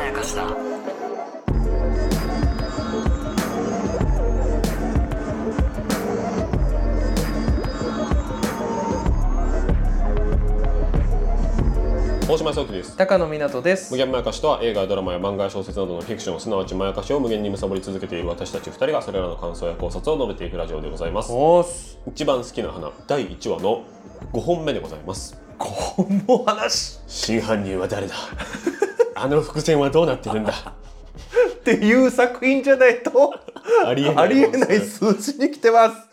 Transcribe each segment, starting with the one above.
やかしだ大島聡樹です高野湊です無。限まやかしとは映画やドラマや漫画や小説などのフィクションすなわちまやかしを無限に貪り続けている私たち2人がそれらの感想や考察を述べていくラジオでございますおーす。一番好きな花第1話の5本目でございますこの話真犯人は誰だ あの伏線はどうなってるんだっていう作品じゃないと ありえないありえない数字に来てます。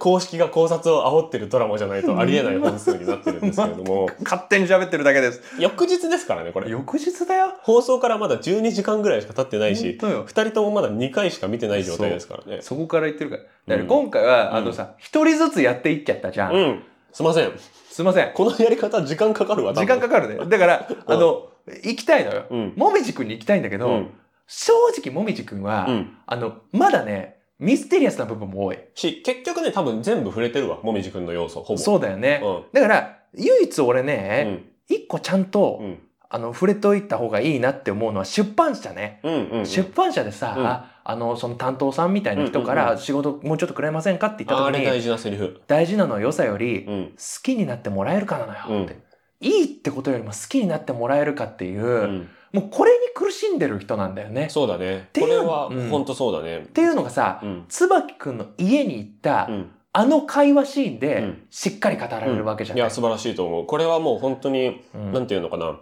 公式が考察を煽ってるドラマじゃないとありえない本数になってるんですけれども勝手に喋ってるだけです。 翌日ですからねこれ翌日だよ。放送からまだ12時間ぐらいしか経ってないし本当よ2人ともまだ2回しか見てない状態ですからねそこから言ってるから。だからうん今回は、うんあのさ、一人ずつやっていっちゃったじゃん。うんすいませんすいません。このやり方時間かかるわ多時分間かかるね。だから、あの、行きたいのよ。うんもみじくんに行きたいんだけど、うん正直もみじくんは、うんあの、まだね、ミステリアスな部分も多い。し結局ね多分全部触れてるわもみじくんの要素ほぼそうだよね。うんだから、唯一俺うね、ん一、個ちゃんと、うんあの、触れといた方がいいなって思うのは出版社ね。うんうんうん出版社でさ、あの、その担当さんみたいな人かうんうんら仕事もうちょっとくれませんかって言ったあ時れに、大事なセリフ大事なのは良さより、好うんきになってもらえるかなのよって。いいってことよりも好きになってもらえるかっていう、うんもうこれに苦しんでる人なんだよね。そうだねていこうれはうん本当そうだねっていうのがさ、うん椿くんの家に行った、うんあの会話シーンうでんしっかり語られるわけじゃいない、や素晴らしいと思うこれはもう本当にうんなんていうのかな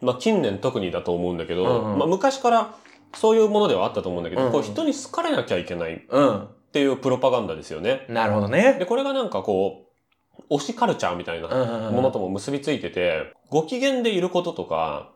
まあ近年特にだと思うんだけうどんうんまあ昔からそういうものではあったと思うんだけうんどうんこう人に好かれなきゃいけないっうん。ていうプロパガンダですよねなるほどね。でこれがなんかこう推しカルチャーみたいなうんものとも結びついてて、ご機嫌でいることとか、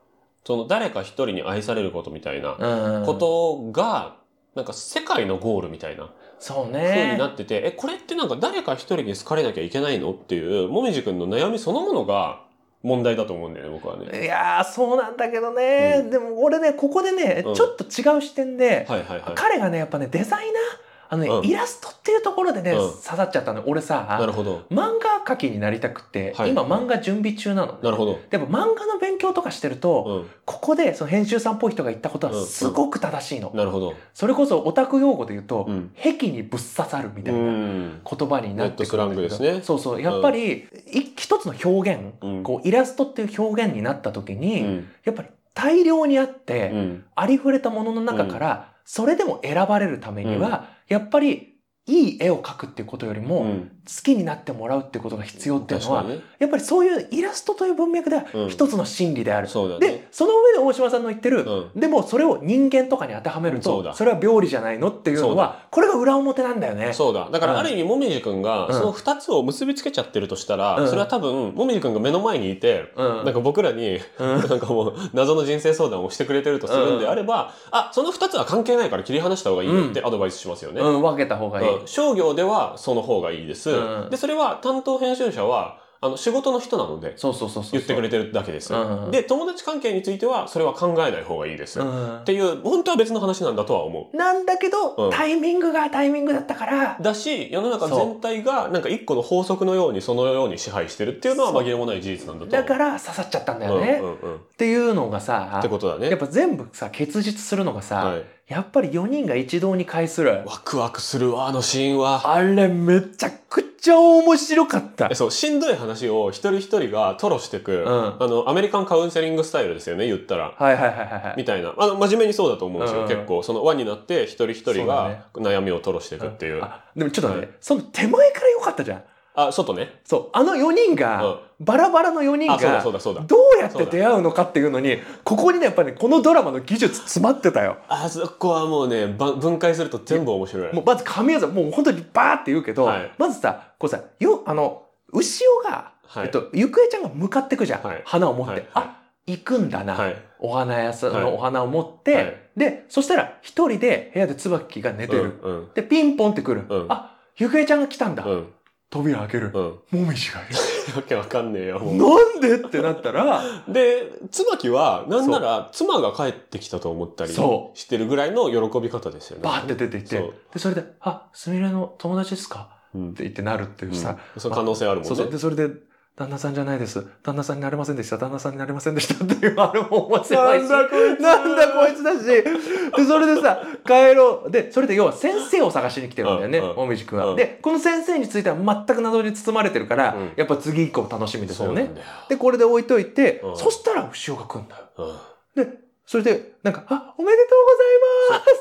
その誰か一人に愛されることみたいなうんことが、なんか世界のゴールみたいなそ風うねになってて、え、これってなんか誰か一人に好かれなきゃいけないのっていう、もみじくんの悩みそのものが問題だと思うんだよね、僕はね。いやーそうなんだけどね、うんでも俺ねここでね、うんちょっと違う視点で、はいはいは彼がねやっぱねデザイナーあのね、うんイラストっていうところでね、うん刺さっちゃったの俺い。なさるほど。漫画描きになりたくて、はい今漫画準備中なの、ねなるほど。でも漫画の勉強とかしてると、うここでその編集さんっぽい人が言ったことうんはすごく正しいの、ん。なるほど。それこそオタク用語で言うと、うん。癖にぶっ刺さるみたういな、ん。言葉になってくるんネットスランだけどグですねそうそうやっぱり、い一つの表現、うんこうイラストっていう表現になった時に、うん。やっぱり大量にあっうて、ん。ありふれたものの中から、それでも選ばれるためには、やっぱりいい絵を描くっていうことよりも、う好んきになってもらうってことが必要っていう確のかは、にね。やっぱりそういうイラストという文脈ではうん一つの真理である。そうだねで。その上で大島さんの言ってる、うでもそれを人間とかに当てはめるそうだとそれは病理じゃないのっていうのはこれが裏表なんだよね。そうだ。だからうんある意味、もみじくんが、うんその二つを結びつけちゃってるとしたら、うんそれは多分、もみじくんが目の前にいて、うんなんか僕らに、うんなんかもう、謎の人生相談をしてくれてるとするんであれば、あ、その二つは関係ないから切り離した方がいいよってアドバイスしますよね。うん、分けた方がいい。うん商業ではその方がいいです。うんで、それは担当編集者は、あの、仕事の人なので、そうそうそうそう。言ってくれ。れてるだけです。うんで、友達関係については、それは考えない方がいいです。うっんていう、本当は別の話なんだとは思う。なんだけど、うんタイミングがタイミングだったから、だし世の中そう全体がなんか一個の法則のようにそのように支配してるっていうのは紛れもない事実なんだとだから刺さっちゃったんだうよんね。うんうん、っっていうのがさて、ことだやっね。ぱ全部さ、結実するのがさ、はい、やっぱり4人が一堂に会する。ワクワクするわあのシーンは。あれ、めちゃくちゃ面白かったえ。そうしんどい話を一人一人が吐露していく、んあのアメリカンカウンセリングスタイルですよね言ったら。はいはいはいはいはい。みたいなあの真面目にそうだと思うんですよ、うんうん結構その輪になって一人一人が悩みを吐露していくっていう、あでもちょっとね、はいその手前から良かったじゃん。あ外ねそう、あの4人が、うんバラバラの4人あそうだがそう、だそうだどうやって出会うのかっていうのに、ここにね、やっぱり、ね、このドラマの技術詰まってたよ。あそこはもうねば分解すると全部面白いもうまず神業、もう本当にバーって言うけど、はいまずさ、こうさ、よ、あの、牛尾が、はいえっと、ゆくえちゃんが向かってくじゃん。はい花を持って。はいあ、行くんだな。はいお花屋さんはいのお花を持って、はいで、そしたら一人で部屋で椿が寝てる。うんうんで、ピンポンって来る。うんあ、ゆくえちゃんが来たんだ。うん扉開ける。うんもみじがいる。わけわかんねえよ。もうなんでってなったら、で、椿は、なんなら、妻が帰ってきたと思ったりそしてるぐらいの喜び方ですよね。バーって出ていって、そうで、それで、あ、すみれの友達ですかうんって言ってなるっていうさ、うんその可能性あるもんね。そうそう。で、それで、旦那さんじゃないです。旦那さんになれませんでした。旦那さんになれませんでした。っていう、あれも面白いし。こいなんだこいつだし。で、それでさ、帰ろう。で、それで要は先生を探しに来てるんだよね、うんうんもみじくんは、うんで、この先生については全く謎に包まれてるから、うんやっぱ次以降楽しみですそようなねん。だよ。で、これで置いといて、うんそしたら潮が来るんだよ。うんそれで、なんか、あ、おめでと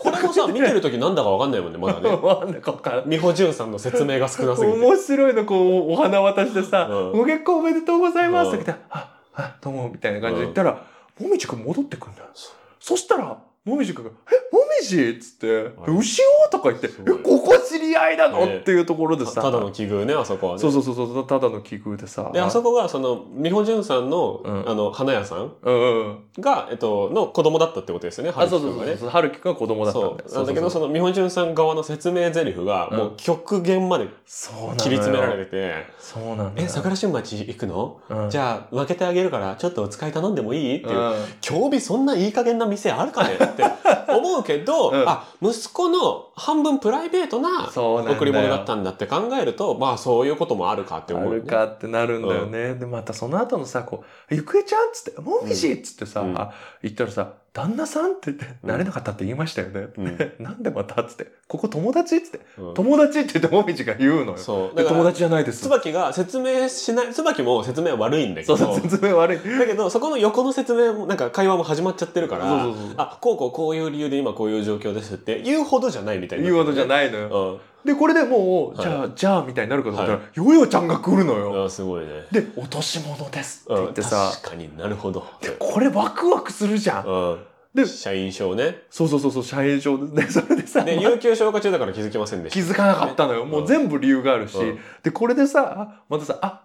これもさ、見てるときなんだかわかんないもんね、まだうござね。い ます。なんだかわからん美穂潤さんの説明が少なすぎて。面白いの、こう、お花渡してさ、うんご結婚おめでとうございますってうん来て、あ、あ、どうも、みたいな感じで言ったら、もみじくん戻ってくんだよ。そそしたら、もみじくんが、え、もみじっつって、ん牛をとか言って、すえ、ごいここ知り合いなの、ねえっていうところでたさ、ただの奇遇ね、あそこはね。そうそうそうそう、ただの奇遇でさ、で、あそこが、その、美穂潤さんの、うんあの、花屋さんうんうん。が、えっと、の子供だったってことですよね、あ、春そう樹そくうんそがうね。そう、春樹くんは子供だったんだよ。なんだけど、そそうの、美穂潤さん側の説明台詞が、うんもう極限までそう切り詰めらる。れてて、そうなんだよ。え、桜新町行くのうんじゃあ、分けてあげるから、ちょっとお使い頼んでもいいっていう。うん競技そんないい加減な店あるかねって思うけど、 うんあ、息子の半分プライベートなそうなんだよ贈り物だったんだって考えると、まあそういうこともあるかって思あうよるね。かってなるんだよね。で、またその後のさ、こう、ゆくえちゃんっつって、もみじっつってさ、うん言ったらさ、旦那さんって言って、うんなれなかったって言いましたよね。うん なんでまたっつって、ここ友達っつって、うん友達って言ってもみじが言うのよ。そう。だでか友ら、達じゃないです。椿が説明しない、椿も説明は悪いんだけそど、うそう、だ説明悪い。けどそこの横の説明も、なんか会話も始まっちゃってるから、そうそうそうあ、こうこうこういう理由で今こういう状況ですって言うほどじゃないみたいな。言うことじゃい。ないのよ。うん。で、これでもう、はいじゃあ、じゃあ、みたいになるかと思ったら、ヨヨちゃんが来るのよ。あすごいね。で、落とし物ですってう言っん、てさ、確かになるほど。で、これワクワクするじゃん。うでん。社員証ね。そうそうそうそう、社員証で、それでさ、で、有給消化中だから気づきませんで気しづかなかったのよ。んもう全部理由があるし。うんで、これでさ、またさ、あ、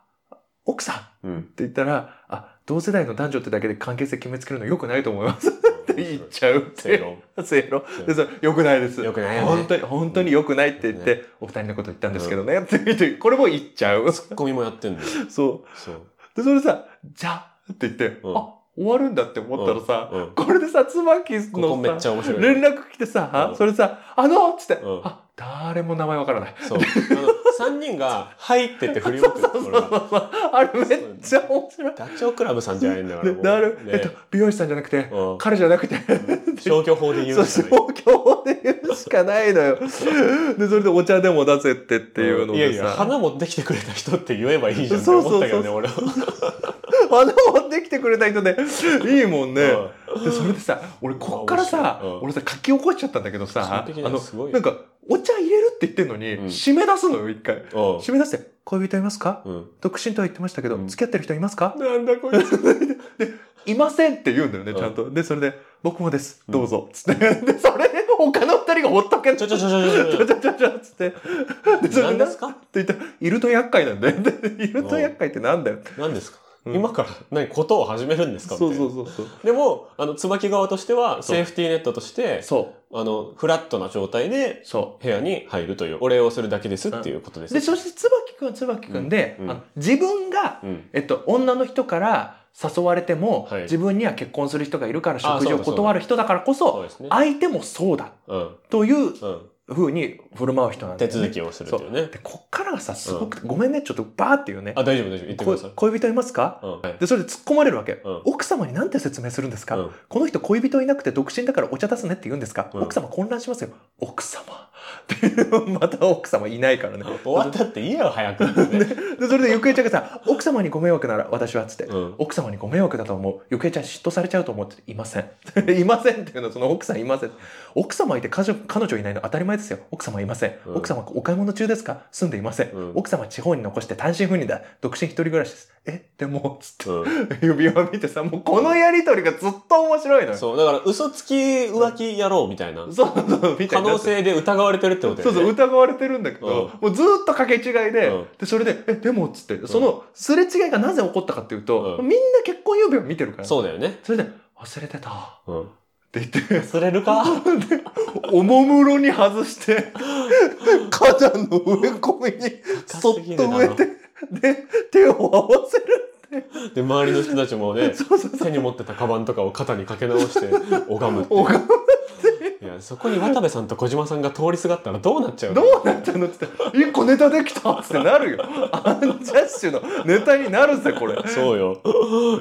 奥さた。うんってん。言ったら、あ、同世代の男女ってだけで関係性決めつけるの良くないと思いますって言っちゃうって正いう。論。正論。でさ、良くないです。良くないよね本当に、本当に良くないって言って、お二人のこと言ったんですけどね。って言って、これも言っちゃう。ツッコミもやってんだよ。そう。そう。で、それさ、じゃって言って、うんあ、終わるんだって思ったらさ、うんうんこれでさ、椿ここめのっちさ、ゃ面白い。連絡来てさ、うんそれさ、あのっつって、うんあ、誰も名前わからない。そう。あの、三人が、はいってって振り向くところが。あれめっちゃ面白い。ダチョウ倶楽部さんじゃないんだから。でもうなる、えっとね。、美容師さんじゃなくて、うん彼じゃなくて、消去法で言そうう、しか消ない去で言うしかないのよ。で、それでお茶でも出せってっていうのいやでいや、さ、花持ってきてくれた人って言えばいいじゃんって思ったけどね、そ俺は。花持ってきてくれた人で、いいもんね。うで、それでさ、俺こっから面さ白い、うん俺さ、書き起こしちゃったんだけどさ、完あ璧だよのすごい、よなんか、お茶入れるって言ってんのに、うん締め出すのよ、一回。ん締め出して、恋人いますかうん。独身とは言ってましたけど、うん付き合ってる人いますかなんだこいつ。いませんって言うんだよね、うんちゃんと。で、それで、僕もです、どうぞ、つって。で、それで、他の二人がほっとけんちちょょちょちょちょちょちょちょちょ、つって。で、ちそょ。れ何で、でっすかて言ったら、いると厄介なんだよ。でいると厄介ってなんだよ。何ですかうん今から、何、ことを始めるんですかそうそうう。そうそう。でも、あの、椿側としては、そうセーフティーネットとして、そあの、フラットな状態でう、そ部屋に入るというお礼をするだけですっていうことでう。す。で、そして、椿くんは椿くんで、うんあの自分が、うん、えっと、女の人から誘われても、はい自分には結婚する人がいるからあ食事そうをだそうだ断る人だからこそ、そうですね。相手もそうだうん、といううん、ふうに振る舞う人なんだ手よね。続きをするというね。で、こっからがさ、すごくて、ごめんね、ちょっとバーっていうね。あ、大丈夫、大丈夫、言ってくださいこ。恋人いますかうん、はい。で、それで突っ込まれるわけ。うん奥様に何て説明するんですか、うんこの人恋人いなくて独身だからお茶出すねって言うんですか、うん奥様混乱しますよ。奥様。 って、また奥様いないからね。終わったって言えよ、早くってね。で、それでゆくえちゃんがさ、奥様にご迷惑なら私はっつって。うん。奥様にご迷惑だと思う。ゆくえちゃん嫉妬されちゃうと思っていません。 いませんっていうのはその奥さんいません。奥様いて彼女彼女いないの当たり前ですよ。奥様いません。うん奥様お買い物中ですか住んでいません,、うん奥様地方に残して単身赴任だ。独身一人暮らしです。え、でも、つって。う指輪見てさ、もうこのやりとりがずっと面白いのん、よ。そう、だから、嘘つき浮気やろうみたいな。そうそう、み可たいな。能性で疑われてるってことだそようね。そう、疑われてるんだけど、もうずーっと掛け違いで、うんで、それで、え、でも、つって、その、すれ違いがなぜ起こったかっていうと、うんみんな結婚指輪見てるから。そうだよね。それで、忘れてた。っうん。て言って、忘れるか おもむろに外 して、花壇の植え込みに、そっと植えて、で、手を合わせる。 で、周りの人たちもね、そうそうそう。手に持ってたカバンとかを肩にかけ直して、拝むっていう。おがいやねそこに渡部さんと小島さんが通りすがったらどうなっちゃうのどうなったのって言ったら「1個ネタできた!」ってなるよアンジャッシュのネタになるぜこれそうよ。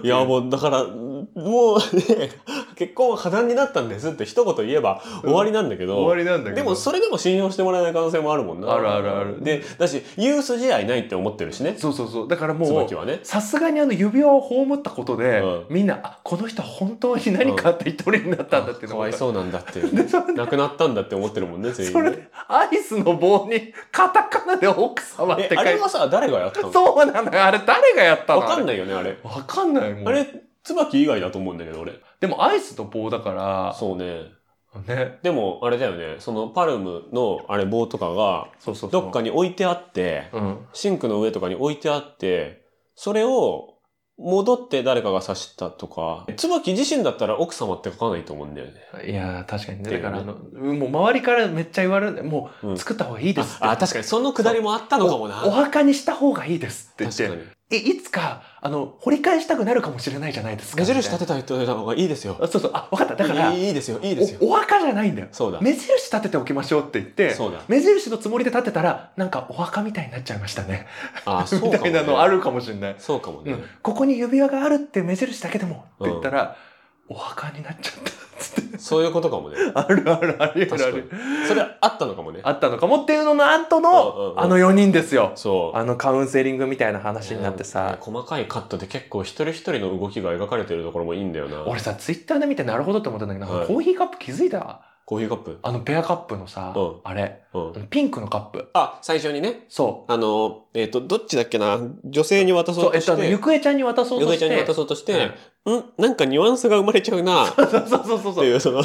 いやもうだからもうね結婚は破談になったんですって一言言えば終わりなんだけど、終わりなんだけどでもそれでも信用してもらえない可能性もあるもんな。あるあるあるでだしユース試合ないって思ってるしね。そうそうそうだからもう椿はね。さすがにあの指輪を葬ったことで、うんみんなあこの人は本当に何かあって一人になったんだっていかうのがわいそうなんだっていう でね。それ亡くなったんだって思ってるもんね全員それね。でアイスの棒にカタカナで奥様ってえ書いあれてはさ誰がやったの？そうなのよあれ誰がやったのわかんないよねあれ。わかんないもんあれ椿以外だと思うんだけど俺。でもアイスの棒だからそうね。ねでもあれだよねそのパルムのあれ棒とかがそうそうそうどっかに置いてあって。うんシンクの上とかに置いてあって、それを戻って誰かが刺したとか、椿自身だったら奥様って書かないと思うんだよね。いやー確かにねっていだうねからあのうんもう周りからめっちゃ言われるんでもううん作った方がいいですってあ、確かにそのくだりもあったのかもな。お墓にした方がいいですって言っ確かてに。いいつかあの掘り返したくなるかもしれないじゃないですか目印立ててた人いた方がいいですよ。あそうそうあ分かっただからいいいいですよ、いいですよ。おお墓じゃないんだよそうだ。目印立てておきましょうって言ってそうだ。目印のつもりで立てたらなんかお墓みたいになっちゃいましたねあ、そうかも、みね。たいなのあるかもしれない、そうかもうね。ん、ここに指輪があるって目印だけでもって言ったら、お墓になっちゃったっ つってそういうことかもね。あるあるありあるあ確るかに。それあったのかもね。あったのかもっていうのの後うんうんうのんあの4人ですよそう。あのカウンセリングみたいな話になってさ、うん細かいカットで結構一人一人の動きが描かれてるところもいいんだよな。俺さツイッターで見てなるほどって思ったんだけど、はいコーヒーカップ気づいたコーヒーカップ。あのペアカップのさ、うんあれうん。ピンクのカップあ、最初にね。そあの、えっ、と、どっちだっけな、女性に渡うそそううとえっしとあのてゆ、くえちゃんに渡そうヨとドしちゃんにて渡そうとして、んなんかニュアンスが生まれちゃうな、っそうそうそうそう てそういう、 その、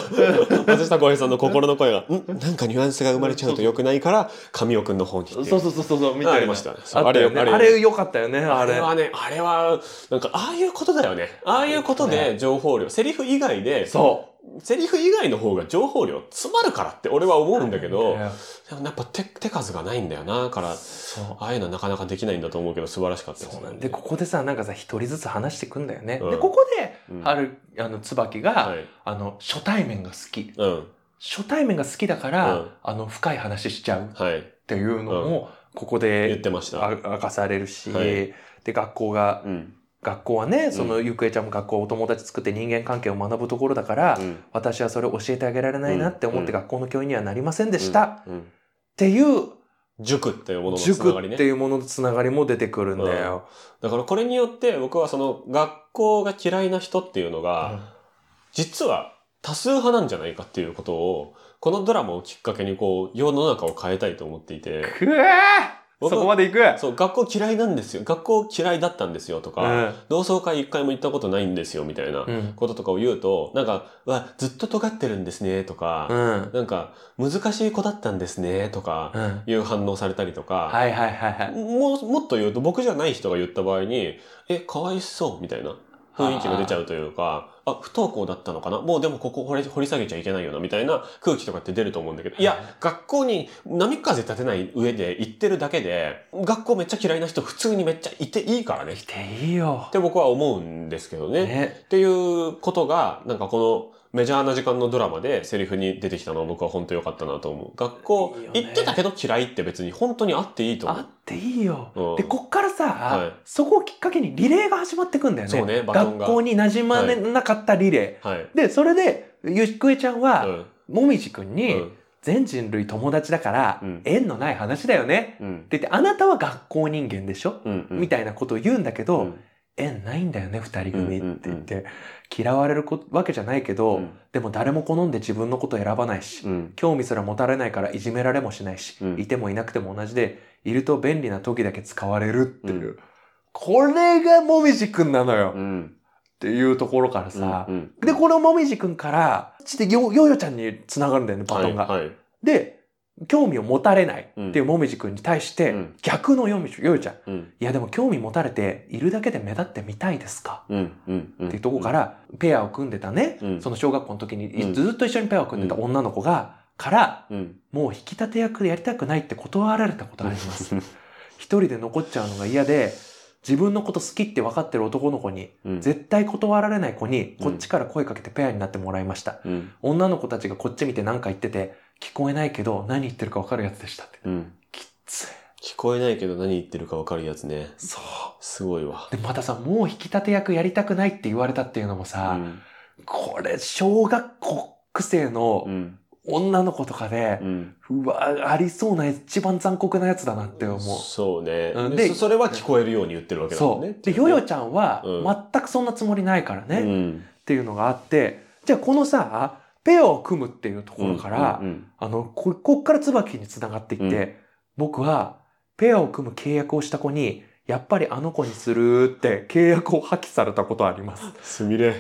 松下洸平さんの心の声が、んなんかニュアンスが生まれちゃうと良くないから、神尾くんの方にっていそうそうそうそうそうみあたあいりなましたね。そうああれれよよ、ねあれあれ良かったよねああれれはね、あれは、なんか、ああいうことだよね。ああいうことで情報量、セリフ以外で、そセリフ以外の方が情報量詰まるからって俺は思うんだけうど、でもやっぱ手手数がないんだよな、から、そうああいうのはなかなかできないんだと思うけど、素晴らしかったですそうねなんでここでさなんかさ一人ずつ話してくんだよね、うんでここでうんあるあの椿が、はい。あの初対面が好きうん。初対面が好きだから、うんあの深い話しちゃうっはい。ていうのもここで言ってました。あ明かされるし、はいで学校がうん。学校はねそのゆくえちゃんも学校お友達作って人間関係を学ぶところだから、うん。私はそれを教えてあげられないなって思っうんて学校の教員にはなりませんでした、っうん。うんていう塾っていうもののつな塾がりってね。いうもののつながりも出てくるんだよ。だからこれによって僕はその学校が嫌いな人っていうのが、実は多数派なんじゃないかっていうことを、このドラマをきっかけにこう、世の中を変えたいと思っていて、くえー僕そこまで行くそう、学校嫌いなんですよ。学校嫌いだったんですよとか、同窓会一回も行ったことないんですよみたいなうんうんこととかを言うと、なんか、うわ、ずっと尖ってるんですねとうか、んなんか、難しい子だったんですねとかう、んいう反応されたりとか、はいはいはいはいもうもっと言うと僕じゃない人が言った場合に「えかわいそう」みたいな雰囲気が出ちゃうというかあ不登校だったのかなもうでもここ掘り掘り下げちゃいけないよなみたいな空気とかって出ると思うんだけどいはいや学校に波風立てない上で行ってるだけで学校めっちゃ嫌いな人普通にめっちゃいていいからねっ来ていいよて僕は思うんですけどね。ねっていうことがなんかこのメジャーな時間のドラマでセリフに出てきたのは僕は本当良かったなと思う。学校いいよね行ってたけど嫌いって別に本当にあっていいと思うあ。っていいよ、うんでこっからさ、はいそこをきっかけにリレーが始まってくんだよねそうねバトン学が校に馴染まれなかったリレー、はい。でそれでゆくえちゃんうは、んもみじくんに、うん全人類友達だから、うん縁のない話だよねうんって言ってあなたは学校人間でしょ、うんうんみたいなことを言うんだけど、うん縁ないんだよね二人組っうんうんうんて言って、嫌われるこわけじゃないけど、うんでも誰も好んで自分のこと選ばないし、うん興味すら持たれないからいじめられもしないし、うんいてもいなくても同じでいると便利な時だけ使われるっていう、これがもみじくんなのよ、うっんていうところからさ、うんで、このもみじくんから、ちで、よ、よよちゃんに繋がるんだよね、バトンが。はいはいで、興味を持たれないっていうもみじくんに対して、うん逆のよみよよちゃん。いうんや、でも興味持たれて、いるだけで目立ってみたいですかうんうんうんっていうとこから、ペアを組んでたね、うんその小学校の時うにんずっと一緒にペアを組んでた女の子が、から、うんもう引き立て役でやりたくないって断られたことがあります。一人で残っちゃうのが嫌で、自分のこと好きって分かってる男の子に、うん絶対断られない子に、うんこっちから声かけてペアになってもらいました。うん。女の子たちがこっち見て何か言ってて、聞こえないけど何言ってるか分かるやつでしたって。うん。つ聞こえないけど何言ってるかわかるやつね。そすごいわ。う。で、またさ、もう引き立て役やりたくないって言われたっていうのもうさ、ん。これ、小学校生のうん。女の子とかでう、ん。うわ、ありそうな一番残酷なやつだなって思う。そうねう。んで、でそそれは聞こえるように言ってるわけだもんそね。う。で、ヨヨちゃんはうん全くそんなつもりないからね、うっん。ていうのがあって、じゃあこのさ、ペアを組むっていうところから、うんうんあの、こ、こっから椿につながっていって、うん僕はペアを組む契約をした子に、やっぱりあの子にするって契約を破棄されたことあります。 すみれ。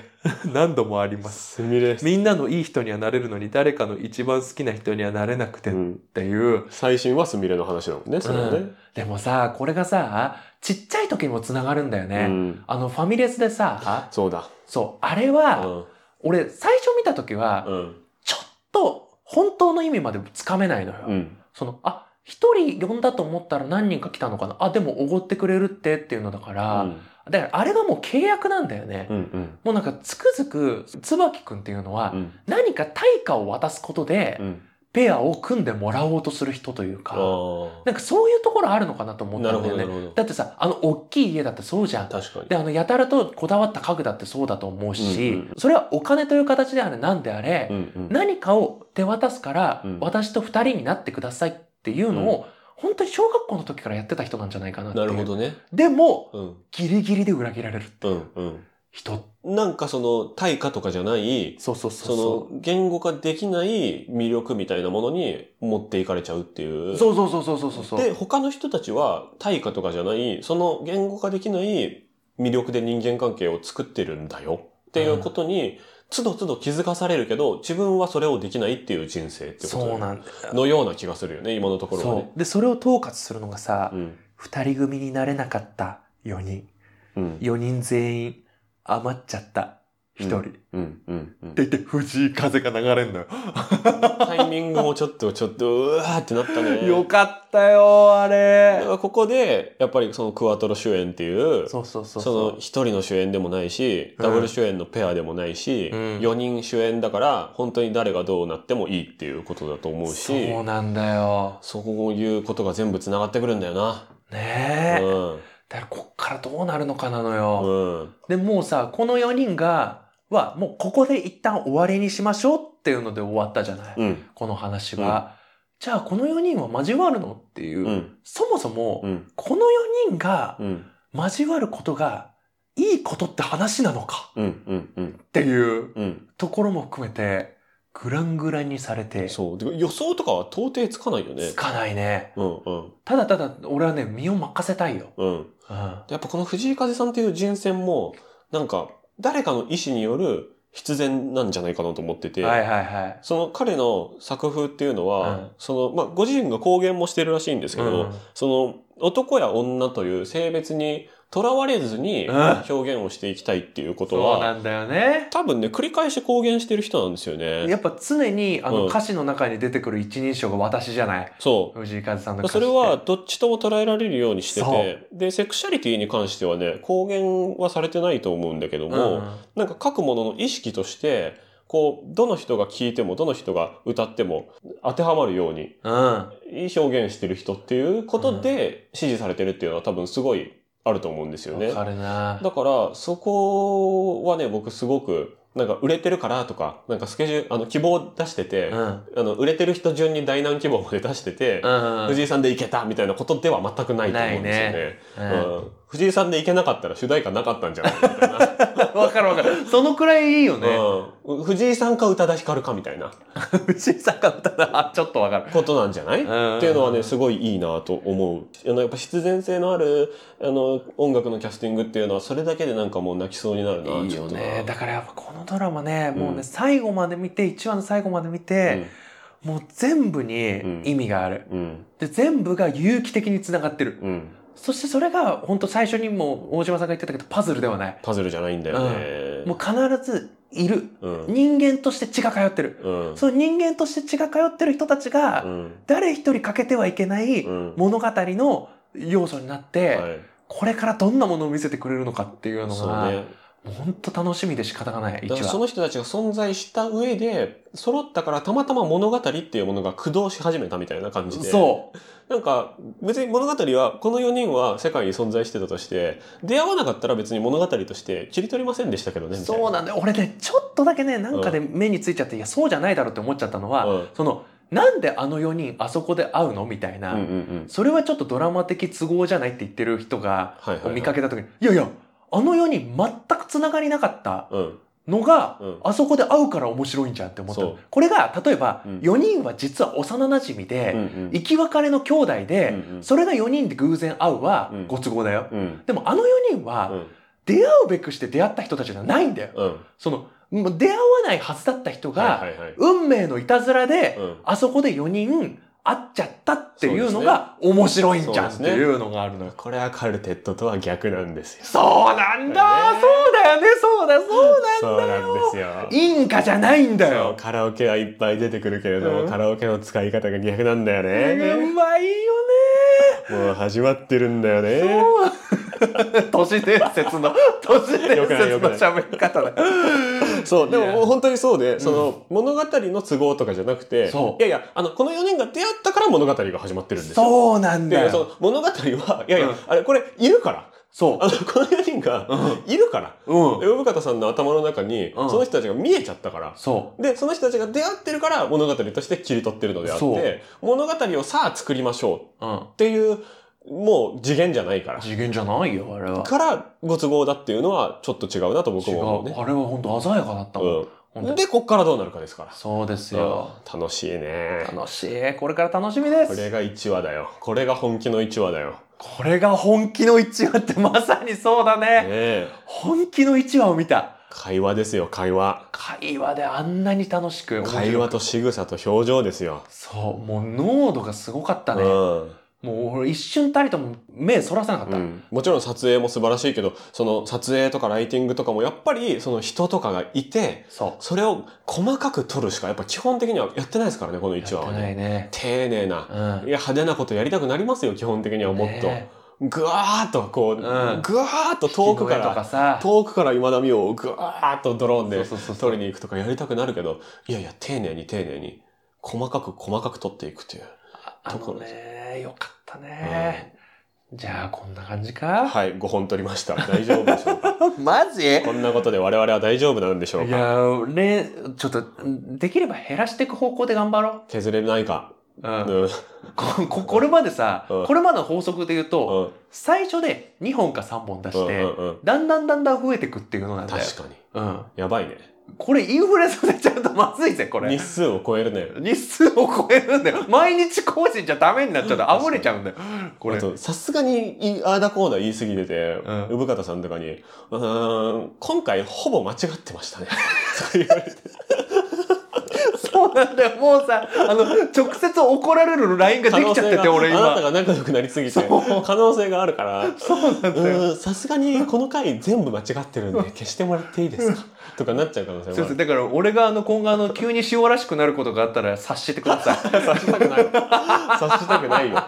何度もあります。すみれ。みんなのいい人にはなれるのに、誰かの一番好きな人にはなれなくてっうんていう、最新はすみれの話だもんね、それはね。でもさ、これがさ、ちっちゃい時にもつながるんだよね。うんあの、ファミレスでさ、そうだ。そう、あれうは、ん。俺、最初見た時はう、ん。ちょっと、本当の意味までつかめないのよ。うん。その、あ、一人呼んだと思ったら何人か来たのかなあ、でもおごってくれるってっていうのだから、だからあれがもう契約なんだよね。うん。うん。もうなんか、つくづく、椿くんっていうのは、うん。何か対価を渡すことでう、ん。ペアを組んでもらおうとする人というあか、あ。なんかそういうところあるのかなと思っなたるんほだよど、なねる。ほど。だってさ、あの、大きい家だってそうじゃん。確かに。で、あの、やたらとこだわった家具だってそうだと思うし、うんうんそれはお金という形であれなんであれ、うんうん何かを手渡すから、うん私と二人になってくださいっていうのを、本当に小学校の時からやってた人なんじゃないかなっていなう。るほ。どね。でも、うん。ギリギリで裏切られるってう。いうんうん。人。なんかその対価とかじゃない、そうそうそそうそ。の言語化できない魅力みたいなものに持っていかれちゃうっていうう。そうそうそうそうそうそうそう。で、他の人たちは対価とかじゃない、その言語化できない魅力で人間関係を作ってるんだよっていうことに、つどつど気づかされるけど、自分はそれをできないっていう人生ってことそうなんだよ。のような気がするよね、今のところはねそ。う。で、それを統括するのがさう、ん。二、人組になれなかった4人。うん。 4人全員余っちゃった1う人。ん。うん。うん。って言って藤井風が流れんのよ。タイミングもちょっと、ちょっと、うわーってなったね。よかったよ、あれ。ここで、やっぱりそのクワトロ主演っていう、そうそうそそうそのう。一人の主演でもないし、うんダブル主演のペアでもないし、うん4人主演だから本当に誰がどうなってもいいっていうことだと思うしそうなんだよ。そういうことが全部つながってくるんだよな。ねえ。うんだからこっからどうなるのかなのうよ。んで、もうさ、この4人が、は、もうここで一旦終わりにしましょうっていうので終わったじゃない。うんこの話は。じゃあこの4人は交わるのっていう。うんそもそも、うんこの4人がうん交わることがいいことって話なのかうんうんうんっていううんところも含めて、グラングランにされて、そうで予想とかは到底つかないよねつ。かないね。うんうんただただ、俺はね、身を任せたいよ。うん、うん。やっぱこの藤井風さんっていう人選もなんか誰かの意思による必然なんじゃないかなと思ってて。はいはいはい。その彼の作風っていうのは、うんその、まあ、ご自身が公言もしてるらしいんですけど、うんその、男や女という性別にとらわれずにうん表現をしていきたいっていうことそうは、なんだよね。多分ね、繰り返し公言してる人なんですよね。やっぱ常にあうのん歌詞の中に出てくる一人称が私じゃない。そう。藤井風さんの歌詞そって。れは、どっちとも捉えられるようにしてそて、で、セクシャリティに関してはね、公言はされてないと思うんだけどうん、も、なんか書くものの意識として、こう、どの人が聴いても、どの人が歌っても当てはまるようにうん。いい表現してる人っていうことで支持されてるっていうのは多分すごいあると思うんですよね。わかだるな。からそこはね、僕すごくなんか売れてるからとか、なんかスケジュール、あの希望出してて、うん。うんあの売れてる人順に大難希望まで出してて、うん。藤井さんでいけたみたいなことでは全くないと思うんですよね。うんうん藤井さんでいけなかったら主題歌なかったんじゃないみたいな。 わかるわかる。そのくらいいいよね。うん藤井さんか宇多田ヒカルかみたいな 藤井さんが歌ったら、あちょっとわかる。ことなんじゃないっっていうのはね、すごいいいなと思う。あの、やっぱ必然性のある、あの、音楽のキャスティングっていうのは、それだけでなんかもう泣きそうになるな、いいちょよっとなね。だからやっぱこのドラマね、うんもうね、最後まで見て、1話の最後まで見て、もう全部に意味がある。うん、うん、で、全部が有機的に繋がってる。うん。そしてそれが、本当最初にもう大島さんが言ってたけど、パズルではない。パズルじゃないんだよね。もう必ずいる。うん、人間として血が通ってる。うん、その人間として血が通ってる人たちうが、ん、誰一人欠けてはいけないうん、物語の要素になって、はいこれからどんなものを見せてくれるのかっていうのそうが、ね。本当楽しみで仕方がない、だか1らそ話。の人たちが存在した上で、揃ったからたまたま物語っていうものが駆動し始めたみたいな感じで。そう。なんか、別に物語は、この4人は世界に存在してたとして、出会わなかったら別に物語として切り取りませんでしたけどね、みたいな。そうなんだよ。俺ね、ちょっとだけね、なんかで目についちゃって、いや、そうじゃないだろうって思っちゃったのは、うんその、なんであの4人あそこで会うのみたいな、うんうんうん。それはちょっとドラマ的都合じゃないって言ってる人が、はいはい、をはい。見かけた時に、いやいや、あの4人全く繋がりなかったうん。のが、うん。あそこで会うから面白いんじゃんって思ったそうの。これが、例えば、うん4人は実は幼馴う染んで、うん。生き別れの兄弟うで、んそれが4人で偶然会うはうん、ご都合だよ。うん。うん。でもあの4人は、出会うべくして出会った人たちじゃないんだよ。うん。その、もう出会わないはずだった人はが、いはいはい。運命のいたずらで、うん。あそこで4人会っちゃったっていうのが面白いんじゃんっていうのがあるのよ。これはカルテットとは逆なんですよ。そうなんねだそうだよねそうだそうだそうなんですよ。インカじゃないんだそうよカラオケはいっぱい出てくるけれども、うんカラオケの使い方が逆なんだようね。まいよ もう始まってるんだよねね。そう都市伝説の、 都市伝説よくないよくのない喋り方だ。そう、でいやも本当にそうで、その物語の都合とかじゃなくて、そういやいや、あの、この4年が出会ったから物語が始まってるんですよ。そうなんだで、そよ。の物語は、いやいや、うんあれ、これ、いるから。そあの、この4人が、いるから。う。う呼ん。ぶ方さんの頭の中に、うんその人たちが見えちゃったから。そで、その人たちが出会ってるから物語として切り取ってるのであっそて、物語をさあ作りましょうう。うん。っていう、もう次元じゃないから。次元じゃないよ、あれは。から、ご都合だっていうのは、ちょっと違うなと僕違う。も思うね。あれは本当鮮やかだったもん。ほんうとん。で、こっからどうなるかですから。そうですよ。うん楽しいね。楽しい。これから楽しみでこす。れが1話だよ。これが本気の1話だよ。これが本気の一話ってまさにそうだねね。え。本気の一話を見た。会話ですよ、会話。会話であんなに楽しく。会話と仕草と表情ですよ。そう。もう濃度がすごかったね。うんもう俺一瞬たりとも目そらさなかった。うんもちろん撮影も素晴らしいけど、その撮影とかライティングとかもやっぱりその人とかがいて、そう。それを細かく撮るしかやっぱ基本的にはやってないですからね、この1話やはってなね。いね。丁寧なう。んい。や、派手なことやりたくなりますよ、基本的にはもっと。ねぐわーっとこう、んぐわーっと遠くか、引きの絵とからさ。遠くから今田美桜をぐわーっとドローンでそうそうそうそ撮うりに行くとかやりたくなるけど、いやいや、丁寧に丁寧に、細かく細かく撮っていくっていう。あとこのろですね、よかったね。じゃあこんな感じか。はい、5本撮りました。大丈夫でしょう かマジこんなことで我々は大丈夫なんでしょういかやー、ね、ちょっと、できれば減らしていく方向で頑張ろ削れないか。う。う。うんん。うん。こ ここれまでさ、うんこれまでの法則で言うと、うん最初で2本か3本出うしんて、うん。だんだんだんだん増えてくっていうのなんだよ。確かに。うん。やばいね。これインフレさせちゃうとまずいぜ、これ日。数を超えるね。日数を超えるん だよ。毎日更新じゃダメになっちゃうとあぶれちゃうんだよ。これあ。とさすがにいああだこうだ言い過ぎてて、うん産方さんとかにうーん今回ほぼ間違ってま したねそう言われてそうなんだよ。もうさ、あの、直接怒られるラインができちゃってて、あ俺なた今。が仲良くなりすぎてそう可能性があるからうそうなんだよ。ーんさすがにこの回全部間違ってるんで消してもらっていいですかとかなっちゃう可能性そうもであするだから俺があの今後あの急に塩らしくなることがあったら察してく ださ察したくないよ察したくないよ、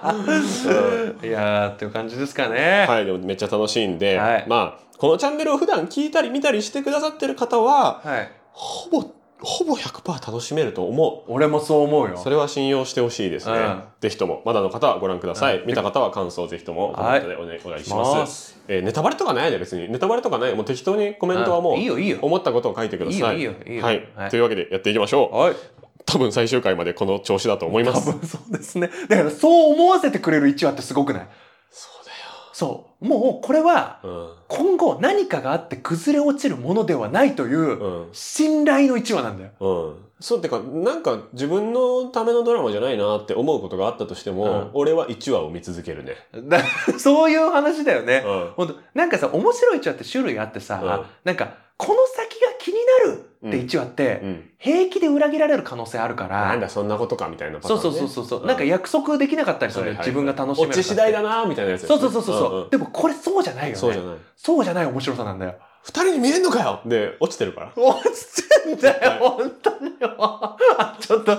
うんい。いやーっていう感じですかね。はいでもめっちゃ楽しいんで、はいまあこのチャンネルを普段聞いたり見たりしてくださってる方ははい。ほぼほぼ100%楽しめると思う俺もそう思うよ。それは信用してほしいですね、うんぜひともまだの方はご覧ください、うん見た方は感想をぜひともコメントでお,、願いしますしますえーネタバレとかないで別にネタバレとかないもう適当にコメントはもういいよいいよ。思ったことを書いてくだいいさよいいいよいいよ。はい、というわけでやっていきましょはい。う多分最終回までこの調子だと思いま多すそう分そうですね。だからそう思わせてくれる1話ってすごくないそう。もうこれはだよ今後何かがあって崩れ落ちるものではないといううんうん信頼の1話なんだよ。うん、そうってかなんか自分のためのドラマじゃないなって思うことがあったとしても、うん俺は1話を見続けるね、だ そういう話だよね。うん本当なんかさ、面白い1話って種類あってさ、うんなんかこの先が気になるって1話って、うん、平気で裏切られる可能性あるから。なんだそんなことかみたいなパターそン、うね、そうそうそう。ううんなんか約束できなかったりする、はいはいはい自分が楽しめる。落ち次第だ。なみたいなやつですそねうそうそうそう。んんでもこれそうじゃないよね。そうじゃない。そうじゃない面白さなんだよ。二人に見えんのかよで、落ちてるから。落ちてんだはい よ、本当によ。あちょっと、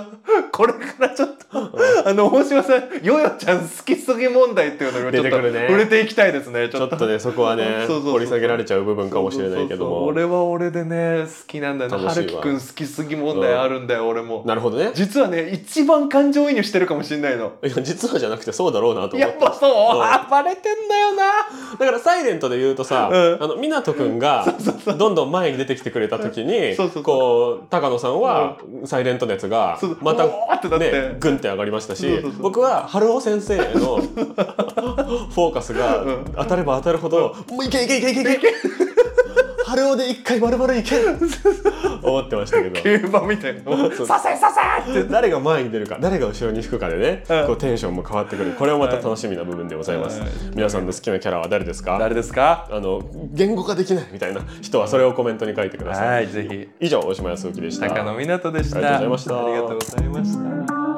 これからちょっと、あの、大島さん、ヨヨちゃん好きすぎ問題っていうのがちょっ出てとくるね触れていきたいですね。ちちょょっっと。とね、そこはね、そうそうそう掘り下げられちゃう部分かもしれないけども。そうそうそう俺は俺でね、好きなんだよね。楽しい春わ樹くん好きすぎ問題あるんだよ、俺も。なるほどね。実はね、一番感情移入してるかもしんないの。いや実はじゃなくてそうだろうなと思やっ。ったぱそう、うんあバレてんだよな。だから、サイレントで言うとさ、うんあの、湊くんが、どんどん前に出てきてくれた時にそうそうそう、こう、高野さんは、サイレント熱がそう、またうおーってな、ってね、グンって上がりましたしそうそうそ、う僕は、春尾先生へ の、フォーカスがうん、当たれば当たるほど、もういけいけいけいけいけ春尾で一回丸々い け思ってましたけど。競馬みたいな の。そうさせさせって。誰が前に出るか誰が後ろに引くかでね、うんこうテンションも変わってくるこれもまた楽しみな部分でございます、はい皆さんの好きなキャラは誰ですか誰ですかあの言語化できないみたいな人はそれをコメントに書いてください、はい、ぜひ。以上大島康之でした高野湊斗でした。ありがとうございましたありがとうございました。